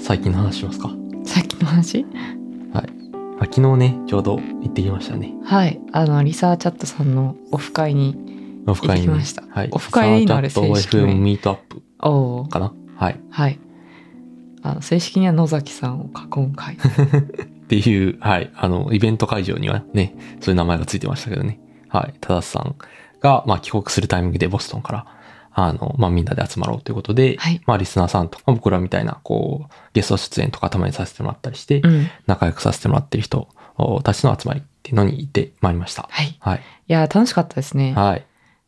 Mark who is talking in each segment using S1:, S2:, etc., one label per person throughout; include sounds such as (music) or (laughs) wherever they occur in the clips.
S1: 最近の話しますか、はい
S2: さっきの話
S1: まあ、昨日ねちょうど行ってきましたね
S2: はいあのリサーチャットさんのオフ会に
S1: オフ会にね
S2: 行ってきました
S1: はい、
S2: オフ会でいいのあれ
S1: サーチャット
S2: 正式
S1: FM
S2: 名
S1: ミートアップ
S2: おおー
S1: かなはい
S2: はいあの正式には野崎さんを囲む会
S1: っていう、はい、あの、イベント会場にはね、そういう名前がついてましたけどね。はい、たださんが、まあ、帰国するタイミングでボストンから、あの、まあ、みんなで集まろうということで、
S2: はい
S1: まあ、リスナーさんとか、僕らみたいな、こう、ゲスト出演とかたまにさせてもらったりして
S2: う、ん
S1: 仲良くさせてもらってる人たちの集まりっていうのに行ってまいりました。
S2: はいい
S1: はい。
S2: やー楽しかったですね
S1: はい。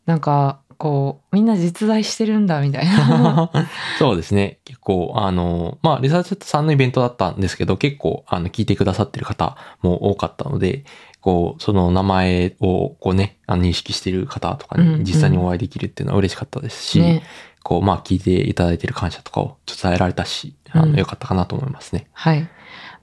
S2: なんかこうみんな実在してるんだみたいな
S1: (laughs) そうですね。結構、あの、まあ、リサーチャットさんのイベントだったんですけど、結構、あの、聞いてくださってる方も多かったので、こう、その名前を、こうね、あの認識している方とか
S2: うんう
S1: に
S2: ん
S1: 実際にお会いできるっていうのは嬉しかったですし、
S2: ね
S1: こう、まあ、聞いていただいてる感謝とかを伝えられたし、あ
S2: うん
S1: の、良かったかなと思います
S2: (laughs)
S1: ね。
S2: はい。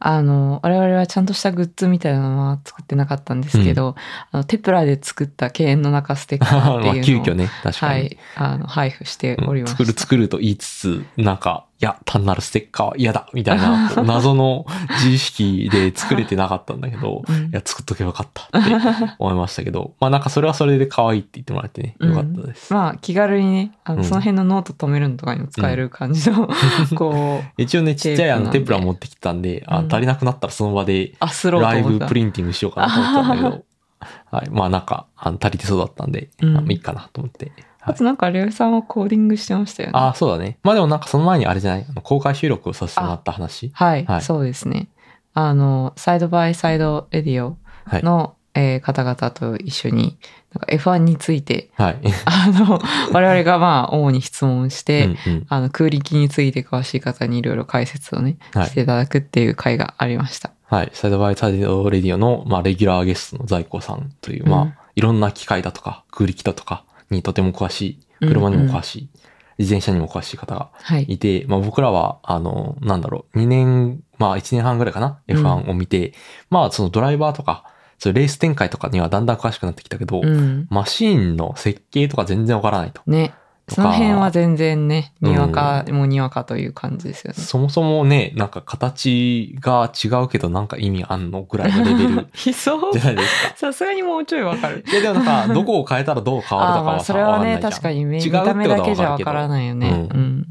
S2: あの、我々はちゃんとしたグッズみたいなのは作ってなかったんですけど、あの、テプラで作った敬遠の中ステッカーって
S1: (laughs) まあ、
S2: いう
S1: 急
S2: のを、
S1: 遽ね、確か
S2: は
S1: に。
S2: い、あの、配布しており
S1: うん
S2: ま
S1: 作る
S2: した。
S1: 作ると言いつつ、なんか、いや、単なるステッカーは嫌だみたいな、こう謎の自意識で作れてなかったんだけ
S2: (laughs)
S1: ど、
S2: うん
S1: いや、作っとけばよかったって思いましたけ
S2: (laughs)
S1: ど、まあなんかそれはそれで可愛いって言ってもらってね、よかったです。
S2: まあ、気軽にね、あの、
S1: うん
S2: その辺のノート止めるのとかにも使える感じの、 (laughs) こう、
S1: 一応ね、ちっちゃいあの
S2: テ
S1: テ
S2: ー
S1: ー
S2: プ
S1: プラ
S2: なんで
S1: 持ってきたんで、あ
S2: うん
S1: 足りなくなったらその場で
S2: あスロー
S1: ライ
S2: と思
S1: ブ
S2: った。
S1: プリンティングしようかなと思ったんだけ
S2: (laughs)
S1: ど、はい、まあなんかあの足りてそうだったんで、
S2: うん
S1: あいいかなと思って。は
S2: あ
S1: い
S2: となんか、レオさんはコーディングしてましたよね。
S1: ああ、そうだね。まあでもなんかその前にあれじゃないあの公開収録をさせてもらった話。
S2: はい、
S1: はい
S2: そうですね。あの、サイドバイサイドレディオ
S1: はい。
S2: の、えー方々と一緒に、なんか F1 について、 (laughs)
S1: はい。
S2: あの、我々がまあ、主に質問して、
S1: (laughs) うんうん
S2: あの、空力について詳しい方にいろいろ解説をね、
S1: はい
S2: していただくっていう会がありました。
S1: はい。サイドバイサイドレディオの、まあ、レギュラーゲストの在庫さんという、まあ、
S2: うん
S1: いろんな機械だとか、空力だとかにとても詳しい、車にも詳しい、自転車にも詳しい方が
S2: はい。
S1: いて、まあ、僕らは、あの、なんだろう、2年、まあ、1年半ぐらいかな、
S2: うん
S1: F1 を見て、まあ、そのドライバーとか、そういうレース展開とかにはだんだん詳しくなってきたけど、
S2: うん。
S1: マシーンの設計とか全然わからないと。
S2: ね。
S1: と
S2: そ
S1: か
S2: の辺は全然ね、にわか、もうにわかという感じですよね。
S1: そもそもね、なんか形が違うけどなんか意味あんのぐらいのレベル
S2: (laughs) 悲壮
S1: じゃないですか。
S2: さすがにもうちょいわかる。
S1: いやでもなん (laughs) か、どこを変えたらどう変わる
S2: あ
S1: と
S2: あ、
S1: か
S2: まあ、
S1: は
S2: そ
S1: さ、
S2: れ
S1: わ
S2: は
S1: かんない
S2: ね、
S1: じゃん
S2: 確かに
S1: 違
S2: 見
S1: うってことは
S2: た目だけじゃわ
S1: わかるけど
S2: からないよね。う。
S1: うん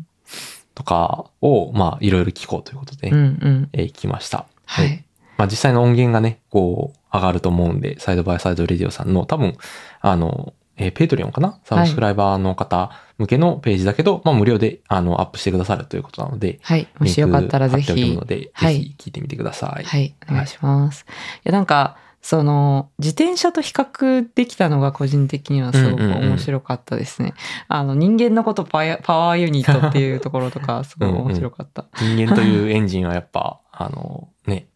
S1: とかを、まあ、いろいろ聞こうということで、
S2: うんうん。
S1: えー聞きました。
S2: は
S1: で
S2: い。
S1: まあ、実際の音源がね、こう、上がると思うんで、サイドバイサイドレディオさんの、多分、あの、えーペイトリオンかなサブスクライバーの方向けのページだけど、まあ、無料で、あの、アップしてくださるということなので、
S2: はい。もしよかったらぜ
S1: リン
S2: ひ
S1: ク貼っ。ておくので、
S2: はい
S1: ぜひ聞いてみてください。
S2: はい、お願いします。い、や、なんか、その、自転車と比較できたのが個人的にはすごく
S1: うんうんうん
S2: 面白かったですね。あの、人間のことパワーパワーユニットっていうところとか、すごい面白
S1: (laughs)
S2: かった。
S1: 人間というエンジンはやっぱ、あの、ね、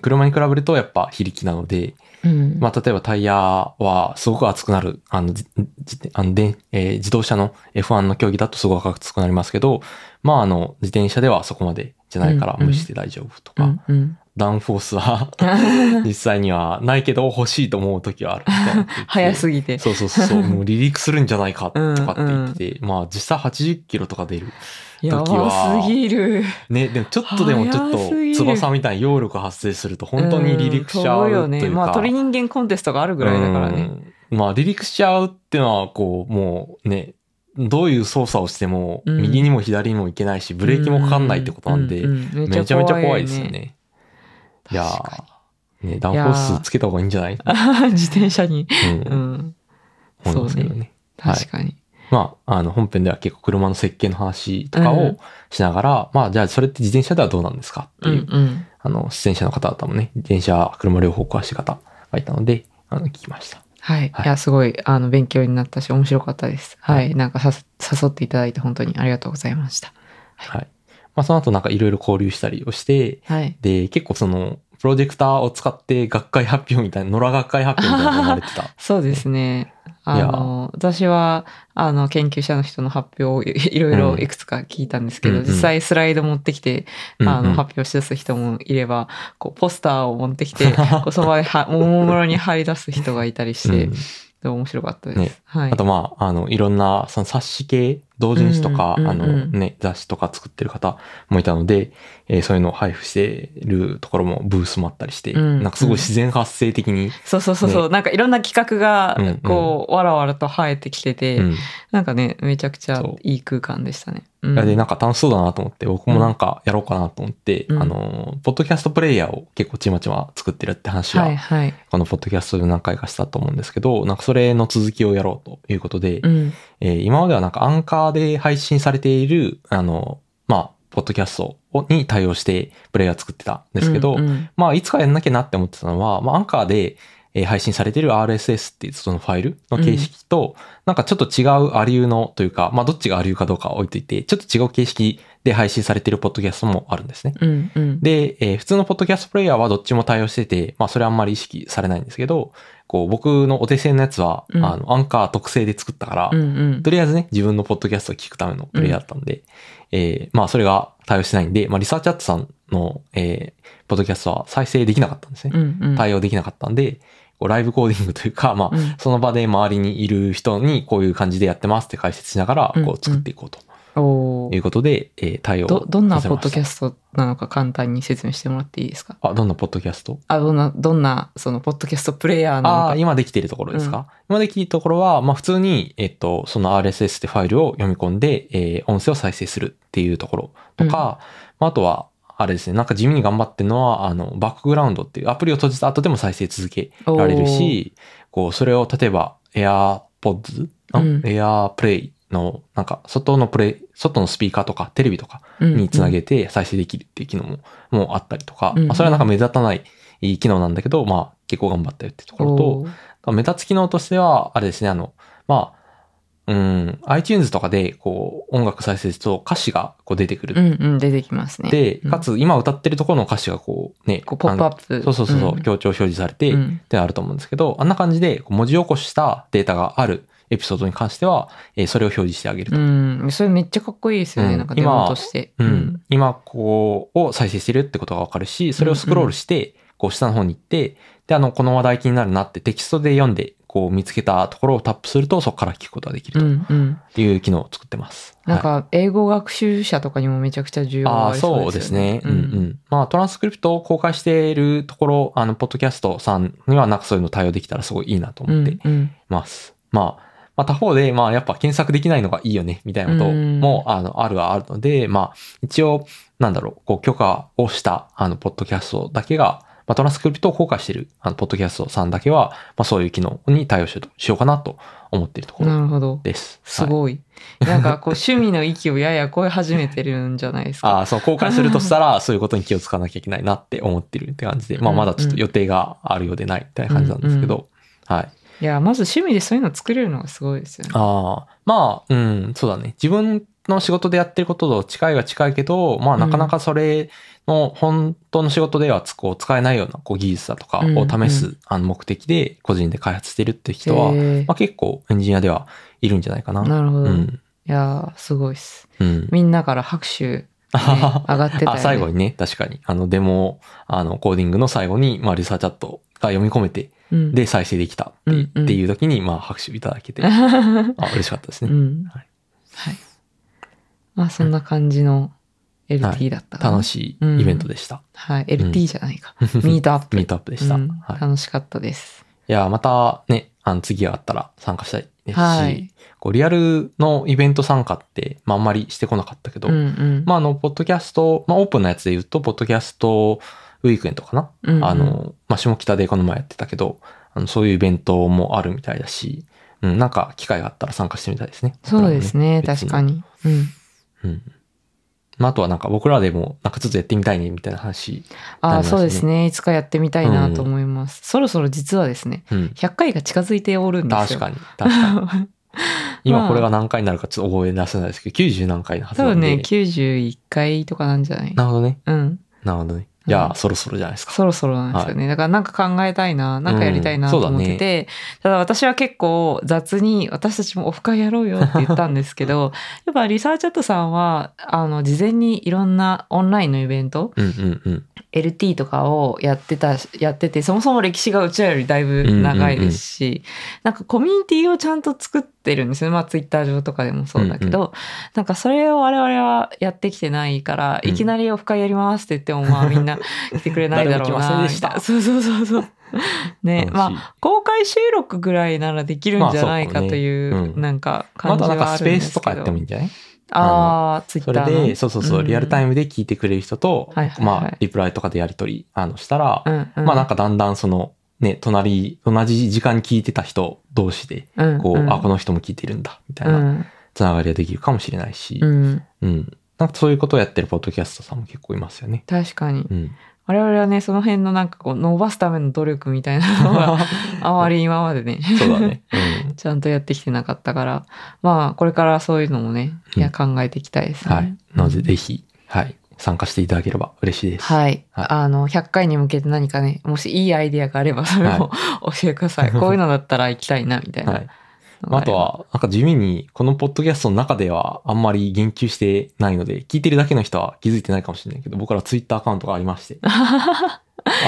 S1: 車に比べるとやっぱ非力なので、
S2: うん。
S1: まあ、例えばタイヤはすごく熱くなる、あの、じじあのでえー自動車の F1 の競技だとすごく熱くなりますけど、まあ、あの、自転車ではそこまでじゃないから
S2: うんうん
S1: 無視して大丈夫と
S2: う
S1: か、
S2: んうん。
S1: ダウンフォースは (laughs) 実際にはないけど欲しいと思う時はあるみたいな。
S2: (laughs) 早
S1: ぎ
S2: すぎて。
S1: そうそう
S2: (laughs)
S1: そう、もう離陸するんじゃないかとかって言ってて、まあ実際80キロとか出る。
S2: や
S1: 時は
S2: ばすぎる。
S1: ね、でもちょっとでもちょっ
S2: 早すぎ
S1: と
S2: る
S1: 翼みたいに揚力発生すると本当に離陸しちゃうというか。
S2: ん飛ぶよね。まあ、鳥人間コンテストがあるぐらいだからね。
S1: うん。まあ、離陸しちゃうってのは、こう、もうね、どういう操作をしても、
S2: うん
S1: 右にも左にも行けないし、ブレーキもかかんないってことなんで、
S2: うううん
S1: めちゃめちゃ怖いですよ。ね。い
S2: 確
S1: や
S2: か
S1: ー、ね、ダウンフォースつけた方がいいんじゃない
S2: に自転車に。
S1: うん
S2: うん。
S1: 思い
S2: そう
S1: ますけど
S2: ね。
S1: ね。はい
S2: 確かに。
S1: まあ、あの、本編では結構車の設計の話とかをしながら、まあ、じゃあそれって自転車ではどうなんですかって
S2: う
S1: い
S2: ん
S1: う、
S2: うん。
S1: あの、自転車の方々もね、自転車、車両方詳しい方がいたので、あの、聞きました。
S2: はい。
S1: はい
S2: いや、すごい、あの、勉強になったし、面白かったです。は
S1: はい
S2: い。なんかさ、誘っていただいて、本当にありがとうございました。はい
S1: はい。まあ、その後なんかいろいろ交流したりをして、
S2: はい。
S1: で、結構その、プロジェクターを使って学会発表みたいな、野良学会発表みたいなのが生まれてた。
S2: そうですね。あの、私は、あの、研究者の人の発表をいいろいろいくつか聞いたんですけど、
S1: うんうん
S2: 実際スライド持ってきて、 (laughs) あ
S1: うんう
S2: の、
S1: ん
S2: 発表し出す人もいれば、こう、ポスターを持ってき
S1: (laughs)
S2: て、こうそばには、ももむろに張り出す人がいたりして、
S1: うん
S2: で面白かったです。
S1: ね
S2: はい
S1: あ。とまあ、あの、いろんな、その冊子系同人誌とか、
S2: うんうん
S1: あ
S2: うんうん
S1: のね、雑誌とか作ってる方もいたので、えーそういうのを配布してるところもブースもあったりして、
S2: うん
S1: なんかすごい自然発生的に、
S2: そうそうそうそう、なんかいろんな企画が
S1: うんうん
S2: こう、わらわらと生えてきてて、
S1: うん
S2: なんかねめちゃくちゃ
S1: そう
S2: いい空間でしたね。う
S1: い
S2: ん
S1: やで、なんか楽しそうだなと思って、僕もなんかやろうかなと思って、
S2: うん
S1: あの、ポッドキャストプレイヤーを結構ちまちま作ってるって話
S2: はい
S1: は、
S2: はい。
S1: このポッドキャストで何回かしたと思うんですけど、なんかそれの続きをやろうということで、
S2: うん
S1: えー今まではなんかアンカーで配信されている、あの、まあ、ポッドキャストをに対応してプレイヤー作ってたんですけど、
S2: うんうん
S1: まあ、いつかやんなきゃなって思ってたのは、まあ、アンカーで、えー配信されている RSS っていうそのファイルの形式と、なんかちょっと違うアリューのというか、まあ、どっちがアリューかどうかは置いといて、ちょっと違う形式で配信されているポッドキャストもあるんですね。
S2: うんうん
S1: で、えー普通のポッドキャストプレイヤーはどっちも対応してて、まあそれあんまり意識されないんですけど、こう僕のお手製のやつは、
S2: うん
S1: あの、アンカー特製で作ったから、
S2: うんうん
S1: とりあえずね、自分のポッドキャストを聞くためのプレイヤーだったんで、えーまあそれが対応してないんで、まあリサーチャットさんの、えーポッドキャストは再生できなかったんですね。
S2: うんうん
S1: 対応できなかったんで、こうライブコーディングというか、まあ、
S2: うん
S1: その場で周りにいる人にこういう感じでやってますって解説しながら
S2: うん、
S1: こう作っていこうと
S2: お
S1: い
S2: ー
S1: うことで、えー対応
S2: どどんなポッドキャ
S1: ス
S2: ストなのか簡単に説明してもらっていいですか
S1: トあ、どんなポッドキャスト
S2: あどんなどんなそのポッドキャストプレイヤーなの
S1: あ
S2: か
S1: あー、今できているところですか、今できているところは、まあ普通に、えっと、その RSS ってファイルを読み込んで、えー音声を再生するっていうところとか、
S2: うん
S1: まああとは、あれですね、なんか地味に頑張ってるのは、あの、バックグラウンドっていうアプリを閉じた後でも再生続けられるし、こう、それを例えば AirPods、あ
S2: うん
S1: AirPlay の、なんか、外のプレイ、外のスピーカーとかテレビとかにつなげて再生できるっていう機能も,、もうあったりとか、
S2: うん
S1: まあ、それはなんか目立たないいい機能なんだけど、まあ結構頑張ったよってところと、目立つ機能としては、あれですね、あの、まあ、うん、iTunes とかでこう音楽再生すると歌詞がこう出てくる。
S2: うんうん出てきますね。
S1: で、
S2: うん
S1: かつ今歌ってるところの歌詞がこうね、
S2: こうポップア
S1: ッ
S2: ップ
S1: そうそうそうそう、強調表示されて、
S2: う
S1: っ
S2: ん
S1: てあると思うんですけど、あんな感じでこう文字起こししたデータがあるエピソードに関しては、えーそれを表示してあげると。
S2: うんうんそれめっちゃかっこいいですよね、
S1: うん
S2: なんかデモとして。
S1: うん、今こうを再生してるってことがわかるし、それをスクロールして、こう下の方に行って、で、あの、この話題気になるなってテキストで読んで、こう見つけたところをタップすると、そこから聞くことができ
S2: うん
S1: る
S2: うん
S1: という機能を作ってます。
S2: なん
S1: はい
S2: か英語学習者とかにもめちゃくちゃ重要
S1: あ
S2: が
S1: あ、
S2: りそ
S1: そう
S2: う
S1: で
S2: ですすよね
S1: ね。うんうん。まあ、トランスクリプトを公開しているところ、あの、ポッドキャストさんにはなんかそういうの対応できたらすごいいいなと思って
S2: うんうん
S1: ます。まあ、まあ他方で、まあやっぱ検索できないのがいいよね、みたいなことも、あの、あるはあるので、まあ一応、なんだろう、こう許可をした、あの、ポッドキャストだけが、まあトランスクリプトを公開している、あの、ポッドキャストさんだけは、まあそういう機能に対応しようとしようかなと思っているとこ
S2: な
S1: ろ
S2: るほど。
S1: です。
S2: す
S1: はい
S2: ごい。なんかこう趣味の域をやや超え始めてるんじゃないです
S1: あ
S2: か。
S1: あ、そう、公開するとしたら、そういうことに気をつかなきゃいけないなって思ってるって感じで、まあまだちょっと予定があるようでないみたいな感じなんですけど、はい。
S2: いや、まず趣味でそういうの作れるのがすごいですよね。
S1: ああ、まあ、うん、そうだね。自分の仕事でやってることと近いは近いけど、まあ、
S2: うん
S1: なかなかそれの本当の仕事ではつこう使えないようなこう技術だとか
S2: うん
S1: を試す、あの目的で個人で開発してるって人は、
S2: へー
S1: まあ、結構エンジニアではいるんじゃないかな。
S2: なるほど。
S1: う
S2: い
S1: ん。
S2: やー、すごいっす。
S1: うん。
S2: みんなから拍
S1: (laughs)
S2: 手、ね上がってたよ、
S1: あ
S2: ね。
S1: 最後にね、確かに。あの、デモを、あの、コーディングの最後に、まあ、リサーチャットが読み込めて、
S2: うん、
S1: で、再生できたって,、
S2: うんうん
S1: っていう時に、まあ、拍手いただけて、あ、嬉しかったです (laughs) ね。
S2: うん。
S1: は
S2: はいい。まあ、そんな感じの LT だったかな、
S1: 楽しいイベントでした。
S2: はい。
S1: ん
S2: LT じゃないか。ミートアップ。
S1: ミートアップでした。
S2: うん
S1: はい。い
S2: 楽しかったです。
S1: や、またね、あの、次があったら参加したいですし、
S2: はい。
S1: こう、リアルのイベント参加って、まあ、あんまりしてこなかったけど、
S2: うんうん。
S1: まあ、あの、ポッドキャスト、まあ、オープンなやつで言うと、ポッドキャストウィークエンドかな、
S2: うんうん
S1: あの、まあ、下北でこの前やってたけど、あのそういうイベントもあるみたいだし、うん、なんか機会があったら参加してみたいですね。
S2: そうですね。
S1: 僕らも
S2: 確か。に。うん。
S1: 別うん。まあ、あとはなんか僕らでも、なんかちょっとやってみたいね、みたいな話。なり
S2: あ
S1: ま
S2: あ、
S1: したね
S2: そうですね。いつかやってみたいなと思います。そろそろ実はですね、
S1: うん。
S2: 100回が近づいておるんで
S1: 確
S2: すよ。
S1: かに、確かに。
S2: に。
S1: 今これが何回になるかちょっと覚え出せないですけど、90何回のはず
S2: (laughs) 多
S1: なん
S2: 分
S1: で。
S2: ね、91回とかなんじゃない
S1: なるほどね。
S2: うん。
S1: なるほどね。じゃ
S2: う
S1: あ、そろそろじゃないですか。
S2: そろそろなんですよね。だからなんか考えたいな、なんかやりたいな
S1: うん
S2: と思っ
S1: そ
S2: て
S1: う
S2: て、ただ私は結構雑に私たちもオフ会やろうよって言ったんです
S1: (laughs)
S2: けど、やっぱリサーチャットさんは、あの、事前にいろんなオンラインのイベント、
S1: うんうんうん。
S2: LT とかをやってた、やってて、そもそも歴史がうちらよりだいぶ長いですし、なんかコミュニティをちゃんと作っってるんですよ。まあ、ツイッター上とかでもそうだけど、なんかそれを我々はやってきてないから、
S1: うん
S2: いきなりオフ会やりますって言っても、ま
S1: (laughs)
S2: あみんな来てくれないだろう
S1: 誰
S2: な。
S1: も来ません
S2: み
S1: でした
S2: たいなそうそうそ
S1: (laughs)
S2: うそう。ね、まあ、
S1: あ、
S2: 公開収録ぐらいならできるんじゃないかという、
S1: まあそうかねうん
S2: なんか
S1: ま
S2: 感じ
S1: だなん
S2: は
S1: か
S2: あ
S1: ス
S2: るん
S1: ペー
S2: です
S1: スと
S2: けど。
S1: かやってもいいんじゃない
S2: ああ、ツイッ
S1: そ
S2: タ
S1: れ
S2: ーの。
S1: で、そうそうそう、リアルタイムで聞いてくれる人と、
S2: はいはいはい
S1: まあ、リプライとかでやり取り、あの、したら、
S2: うんうん、
S1: まあなんかだんだんその、ね、隣、同じ時間聞いてた人同士で、
S2: うん
S1: こう、
S2: うん、
S1: あ、この人も聞いてるんだ、みたいうなんつながりができるかもしれないし、
S2: うん、
S1: うん。なんかそういうことをやってるポッドキャストさんも結構いますよね。
S2: 確かに。 (laughs)
S1: うん。
S2: 我々はね、その辺のなんかこう、伸ばすための努力みたいな
S1: (laughs)
S2: のが、あまり今までね、
S1: そうだね。うん。
S2: ちゃんとやってきてなかったから、まあ、これからそういうのもね、いや、
S1: うん
S2: 考えていきたいですね。
S1: はい。なので、ぜひ、はい。参加していただければ嬉しいです。
S2: はい。
S1: はい
S2: あの、100回に向けて何かね、もしいいアイディアがあれば、それを、 (laughs) 教えてください。こういうのだったら行きたいな、みたいな。
S1: はい。あと、は、なんか地味に、このポッドキャストの中ではあんまり言及してないので、聞いてるだけの人は気づいてないかもしれないけど、僕らツイッターアカウントがありま
S2: (laughs)
S1: して。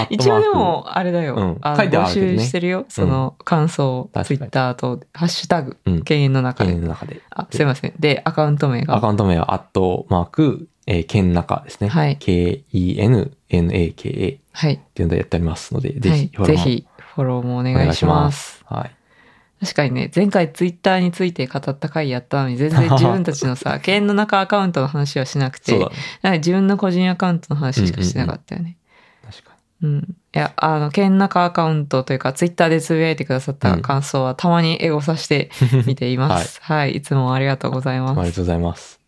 S2: 一応で
S1: アットマーク、
S2: も、あれだよ。
S1: うん
S2: あの
S1: 書いては
S2: 募
S1: あるけどね
S2: 集してるよ。その感想
S1: 確か
S2: ツイ
S1: に
S2: ッターと、ハッシュタグ
S1: うん、
S2: 犬猿の中
S1: 県
S2: で。
S1: の中で。
S2: あ、すいません。で、アカウント名
S1: アカ
S2: が。
S1: ウント名は、アットマーク、えー、県中ですね。
S2: はい
S1: K-E-N-N-A-K-A っ
S2: はい。
S1: ていうのでやっておりますので、ぜ
S2: はい
S1: ひ、フォロー
S2: ぜ
S1: も
S2: ひ、フォローもお
S1: お
S2: 願いします。
S1: はい。
S2: 確かにね、前回ツイッターについて語った回やったのに、全然自分たち
S1: (laughs)
S2: のさ、犬猿の中アカウントの話はしなくて、
S1: そうだ
S2: なん
S1: ね。
S2: か自分の個人アカウントの話しかしてなかったよね。
S1: 確か
S2: うん。いや、あの、ケンナカアカウントというか、ツイッターでつぶやいてくださった感想は、たまにエゴさして
S1: (laughs)
S2: 見ています。はい、い。つもありがとうござ
S1: に。
S2: い
S1: ありが
S2: ま
S1: とう
S2: す。
S1: ございます。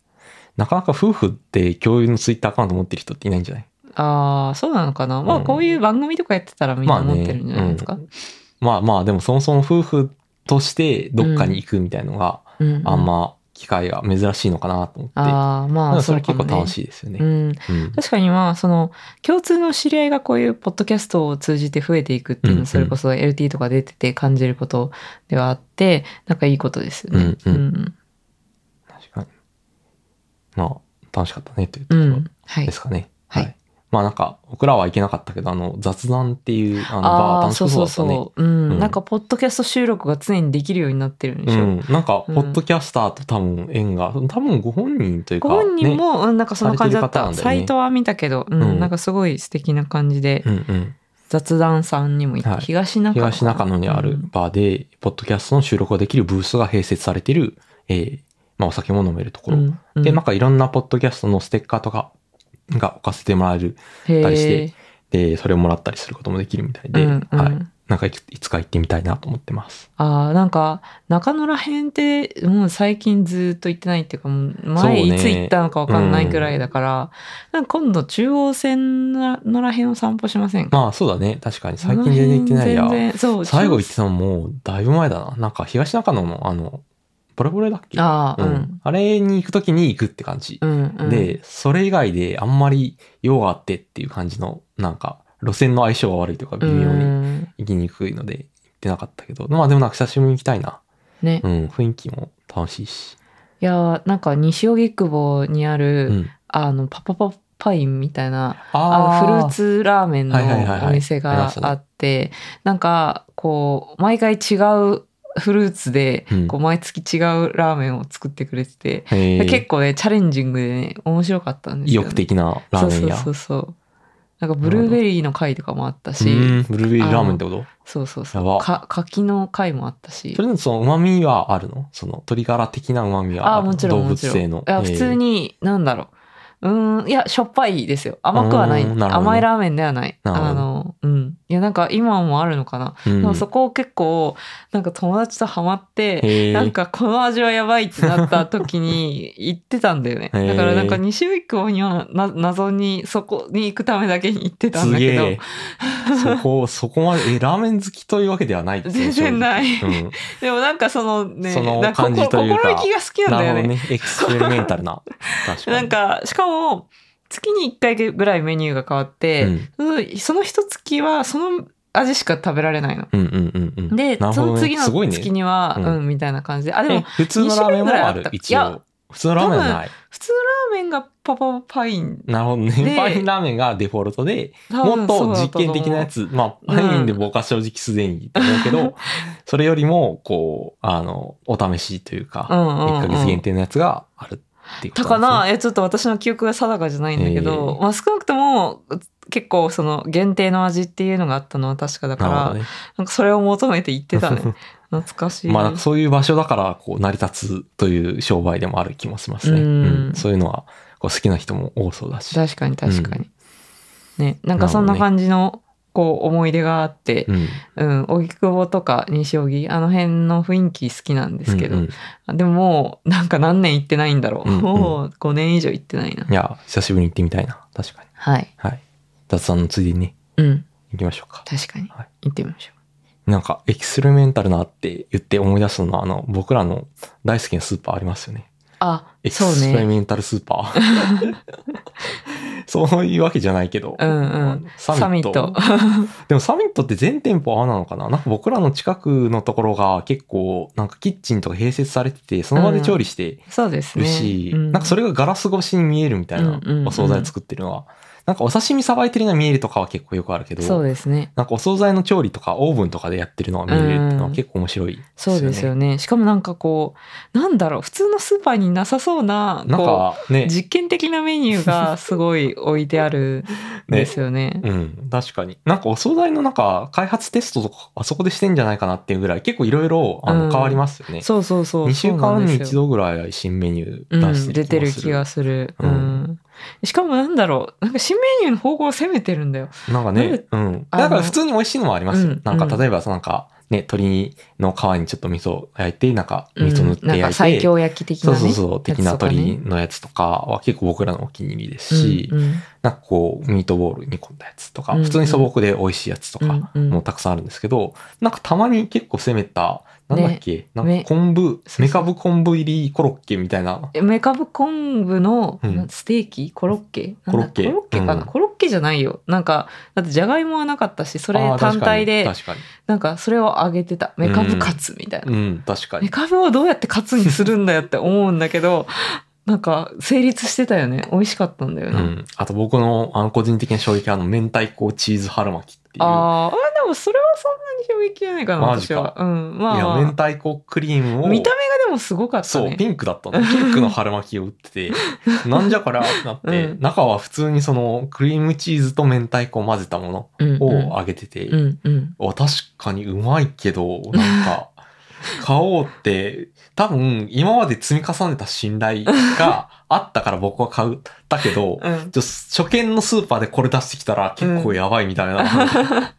S1: なかなか夫婦って共有のツイッターアカウント持ってる人っていないんじゃない
S2: ああ、そうなのかな。まあ、
S1: うん
S2: こういう番組とかやってたらみんな持ってるんじゃないですか。
S1: まあまあ、でもそもそも夫婦としてどっかに行くみたいのが
S2: うんうん
S1: あんま機会が珍しいのかなと思って。
S2: ああ、
S1: な
S2: ま
S1: ん
S2: あ、
S1: かそれ
S2: うか
S1: 結
S2: も
S1: 構
S2: ね
S1: 楽しいですよ
S2: う
S1: ね。
S2: ん、
S1: うん
S2: 確かにまあその共通の知り合いがこういうポッドキャストを通じて増えていくっていう
S1: うん
S2: の
S1: うん
S2: はそれこそ LT とか出てて感じることではあってなんかいいことですよね。
S1: うんうん
S2: ん
S1: 確かに。まあ、楽しかったねというと
S2: う
S1: こ
S2: ん
S1: ろ
S2: はい
S1: ですかね。
S2: はい
S1: まあなんか、僕らは行けなかったけど、あの、雑談っていう、あの、バー
S2: ああ
S1: 楽しそうだったね。
S2: そうそうそう、うん
S1: うん
S2: なんかポッドキャスト収録が常にできるようになってるんでしょ、
S1: うん、なんか、ポ
S2: うん
S1: ッドキャスターと多分縁が、多分ご本人というか、
S2: ご本人
S1: ね、
S2: も、うんなんかそんな感じだっ
S1: さ
S2: た
S1: れてる方なん
S2: サ
S1: だよね
S2: イトは見たけど、うん
S1: うん
S2: なんかすごい素敵な感じで、
S1: うんうん、
S2: 雑談さんにも行って、
S1: はい
S2: 東中野
S1: 東中野にあるバーで、ポッドキャストの収録ができるブースが併設されている、えーまあお酒も飲めるところ。で、なんかいろんなポッドキャストのステッカーとかが置かせてもらえる。
S2: た
S1: りしてで、それをもらったりすることもできるみたいで、
S2: うんうん
S1: はい。なんかいついつか行ってみたいなと思ってます。
S2: ああ、なんか、中野ら辺って、もう最近ずっと行ってないっていうか、もう前
S1: そうね
S2: いつ行ったのかわかんないくらいだから、なんか今度中央線のら辺を散歩しませんか
S1: まあそうだね。確かに最近全然行ってない
S2: あの辺
S1: や。
S2: 全然そう、
S1: 最後行っ
S2: 中央
S1: てたのもうだいぶ前だな。なんか東中野のあの、ボレボレだっけ
S2: ああ、
S1: う
S2: うんん。
S1: あれに行くときに行くって感じ。
S2: うん、うん。
S1: で、それ以外であんまり用があってっていう感じの、なんか、路線の相性が悪いというか、微妙に
S2: に。
S1: 行きにくいので、行ってなかったけど、まあでもなんか久しぶりに行きたいな。
S2: ね。い
S1: うん、雰囲気も楽しいし。
S2: やー、なんか西荻窪にある、
S1: うん。
S2: あの、パパパパインみたいな、
S1: あ
S2: あ
S1: ー
S2: のフルーツラーメンの
S1: はいはいはいはい
S2: お店
S1: ありま
S2: が
S1: したね
S2: あって、なんかこう毎回違うフルーツで
S1: うん
S2: こう毎月違うラーメンを作ってくれてて、
S1: へー
S2: 結構ねチャレンジングでね面白かったんです
S1: 意
S2: よ、ね。
S1: 欲的なラーメン屋。
S2: そうそうそうそう。なんかブルーベリーの回とかもあったし、
S1: うん、ブルーベリーラーメンってこと
S2: そうそう
S1: や
S2: そ
S1: ば
S2: う。か柿の回もあったし
S1: そ。れのその旨味はあるのその鶏ガラ的な旨味は
S2: あ
S1: あ
S2: あ
S1: るの
S2: もちろん
S1: 動
S2: も
S1: 物
S2: ちろん。
S1: 性
S2: い
S1: の。
S2: や普通
S1: へー。
S2: になんだろう。うーんいやしょっぱいですよ。甘くはないう
S1: ーんなるほどね
S2: 甘いラーメンではない。
S1: なるほど
S2: あのうんいやなんか今もあるのかな。
S1: うん
S2: でもそこを結構なんか友達とハマって、
S1: へー
S2: なんかこの味はやばいってなった
S1: (laughs)
S2: 時に行ってたんだよね。
S1: へー
S2: だからなんか西尾久保にはな謎にそこに行くためだけに行ってたん
S1: す
S2: だ
S1: げ
S2: け
S1: え
S2: ど、。
S1: そこ、そこまで、え、ラーメン好きというわけではないですね
S2: 全然ない
S1: 正直うん
S2: でもなんかそのね、
S1: その
S2: なんか
S1: 感じというか
S2: 心意気が好きなんだ
S1: な
S2: よ
S1: るほど
S2: ね。
S1: ね。エクスペリメンタルな。確かに。
S2: なんかしかも月に1回ぐらいメニューが変わって、
S1: うん、
S2: うんその一月はその味しか食べられないの。
S1: うんうんうんうん。
S2: で、
S1: なる
S2: そ
S1: ほど
S2: の
S1: ね
S2: 次
S1: すごい
S2: の
S1: ね
S2: 月には、
S1: うん
S2: うん、みたいな感じで。あ、で
S1: え
S2: も、
S1: 普通のラーメンもある、
S2: 二種類ぐ
S1: 一
S2: らいあった
S1: 応。普通のラーメンはない。
S2: 普通のラーメンがパパパイン。
S1: なるほどね。
S2: で
S1: パインラーメンがデフォルトで、
S2: 多
S1: もっ
S2: 分
S1: と
S2: そうだ
S1: 実
S2: たと思う
S1: 験的なや。つ、まあ、パインで僕は正直すでにと思うけど、それよりも、こう、あの、お試しという
S2: う
S1: か、
S2: んうん、うん。
S1: 1ヶ月限定のやつがあるっていうこと
S2: だか
S1: なん
S2: な、え、ちょっと私の記憶が定かじゃないんだけど、
S1: え
S2: まあ少なくとも、結構その限定の味っていうのがあったのは確かだ
S1: です
S2: か
S1: ねなる
S2: ら、
S1: ほどね。
S2: なんかそれを求めて行ってたね。
S1: (laughs)
S2: 懐かしい。
S1: まあ、なんかそういう場所だから、こう、成り立つという商売でもある気もしますね。
S2: うん
S1: うんそういうのは、こう、好きな人も多そうだし。
S2: 確かに確かに。ね、なんかそんな感じの、こう思い出があって、
S1: うん。
S2: うん、荻窪とか西荻、あの辺の雰囲気好きなんですけど、
S1: うんうん
S2: でももうなんか何年行ってないんだろう。
S1: うんうん
S2: もう5年以上行ってないな。
S1: いや、久しぶりに行ってみたいな。確かに。
S2: はい。
S1: はい。雑談のついでにね
S2: うん、
S1: 行きましょうか。
S2: 確かに
S1: はい。
S2: 行ってみましょ
S1: なんか、エキスペリメンタルなって言って思い出すのは、あの、僕らの大好きなスーパーありますよね。
S2: う。あ
S1: エ、キ
S2: そう
S1: スペリ
S2: ね。
S1: メンタルスーパー。
S2: (laughs)
S1: そういうわけじゃないけど。
S2: うんうん。サミット。。
S1: でもサミットって全店舗ああなのかななんか僕らの近くのところが結構、なんかキッチンとか併設されてて、その場で調理して
S2: そうです
S1: る
S2: ね。
S1: し、
S2: う
S1: なんかそれがガラス越しに見えるみたいな
S2: うんうんう、ん
S1: お惣菜作ってるのは。なんかお刺身さばいてるのは見えるとかは結構よくあるけど。
S2: そうですね。
S1: なんかお惣菜の調理とかオーブンとかでやってるのが見れるっていうのは結構面白いです
S2: そうですよ
S1: ね。
S2: ね。しかもなんかこう、なんだろう、普通のスーパーになさそうな、
S1: なん
S2: こ
S1: かね
S2: う、、実験的なメニューがすごい置いてあるん
S1: (laughs)
S2: で
S1: ね
S2: すよね。
S1: うん、確かに。なんかお惣菜のなんか開発テストとかあそこでしてんじゃないかなっていうぐらい結構いろいろあ
S2: う
S1: の
S2: ん
S1: 変わりますよね。
S2: そうそうそう。
S1: 2週
S2: そうな
S1: 間
S2: ん
S1: に
S2: ですよ
S1: 一度ぐらい新メニュ
S2: う
S1: ー出
S2: ん、
S1: して
S2: 出
S1: る気
S2: て
S1: が
S2: る
S1: す
S2: 気
S1: る。
S2: がする。
S1: う
S2: うんん。しかもなんだろう、なんか新メニューの方向を攻めてるんだよ。
S1: なんか
S2: な
S1: ね
S2: る、
S1: うん。
S2: あの
S1: だから普通に美味しいのもあります
S2: う
S1: よ
S2: ん。
S1: なん
S2: う
S1: か
S2: ん
S1: 例えばさ、なんかね、鶏の皮にちょっと味噌を焼いて、なんか
S2: うん
S1: 味噌塗って
S2: なんか
S1: 焼い
S2: 最
S1: て、
S2: 強焼き的な
S1: そう
S2: ね。
S1: そうそう、的な
S2: やつとかね
S1: 鶏のやつとかは結構僕らのお気に入りですし、
S2: うんうん
S1: なんかこう、ミートボール煮込んだやつとか、
S2: うんうん
S1: 普通に素朴で美味しいやつとか、
S2: うんうん
S1: もうたくさんあるんですけど、なんかたまに結構攻めた、なんだっけ、なんか
S2: め
S1: 昆布、
S2: そう
S1: メカブ昆布入りコロッケみたいな。
S2: えメカブ昆布の
S1: うん
S2: なステーキ、コロッケ
S1: コロッケ
S2: なんだコロッケかな、
S1: うん
S2: コロッケじゃないよ。なんか、だってじゃがいもはなかったし、それ
S1: あー
S2: 単体で、
S1: 確かに。
S2: なんかそれを揚げてた。メカブカツみたい
S1: 確
S2: な。
S1: かにうん、確か
S2: メ
S1: に。
S2: カブをどうやってカツにするんだよって思うんだけど、なんか成立してたよね。美味しかったんだよ
S1: う
S2: な。
S1: ん。あと僕の、あの、個人的な衝撃は、あの、明太子チーズ春巻きっていう。
S2: あーあ、でもそれはそんなに衝撃じゃないかな、
S1: マジ
S2: 私
S1: か
S2: は。うん。まあ、
S1: いや、
S2: まあ
S1: 明太子クリームを。
S2: 見た目がでもすごかった
S1: そう、
S2: ね。
S1: ピンクだったの。ピンクの春巻きを売って
S2: (laughs)
S1: て、なんじゃこりゃってなって、
S2: うん
S1: 中は普通にその、クリームチーズと明太子を混ぜたもの
S2: うん
S1: を
S2: うん
S1: 揚げてて、
S2: うんうん。
S1: あ確かにうまいけど、なん
S2: (laughs)
S1: か、買おうって、多分今まで積み重ねた信頼が
S2: (laughs)
S1: あったから僕は買う、だけど、
S2: うん
S1: ちょ初見のスーパーでこれ出してきたら結構やばいみたい
S2: (laughs)
S1: な、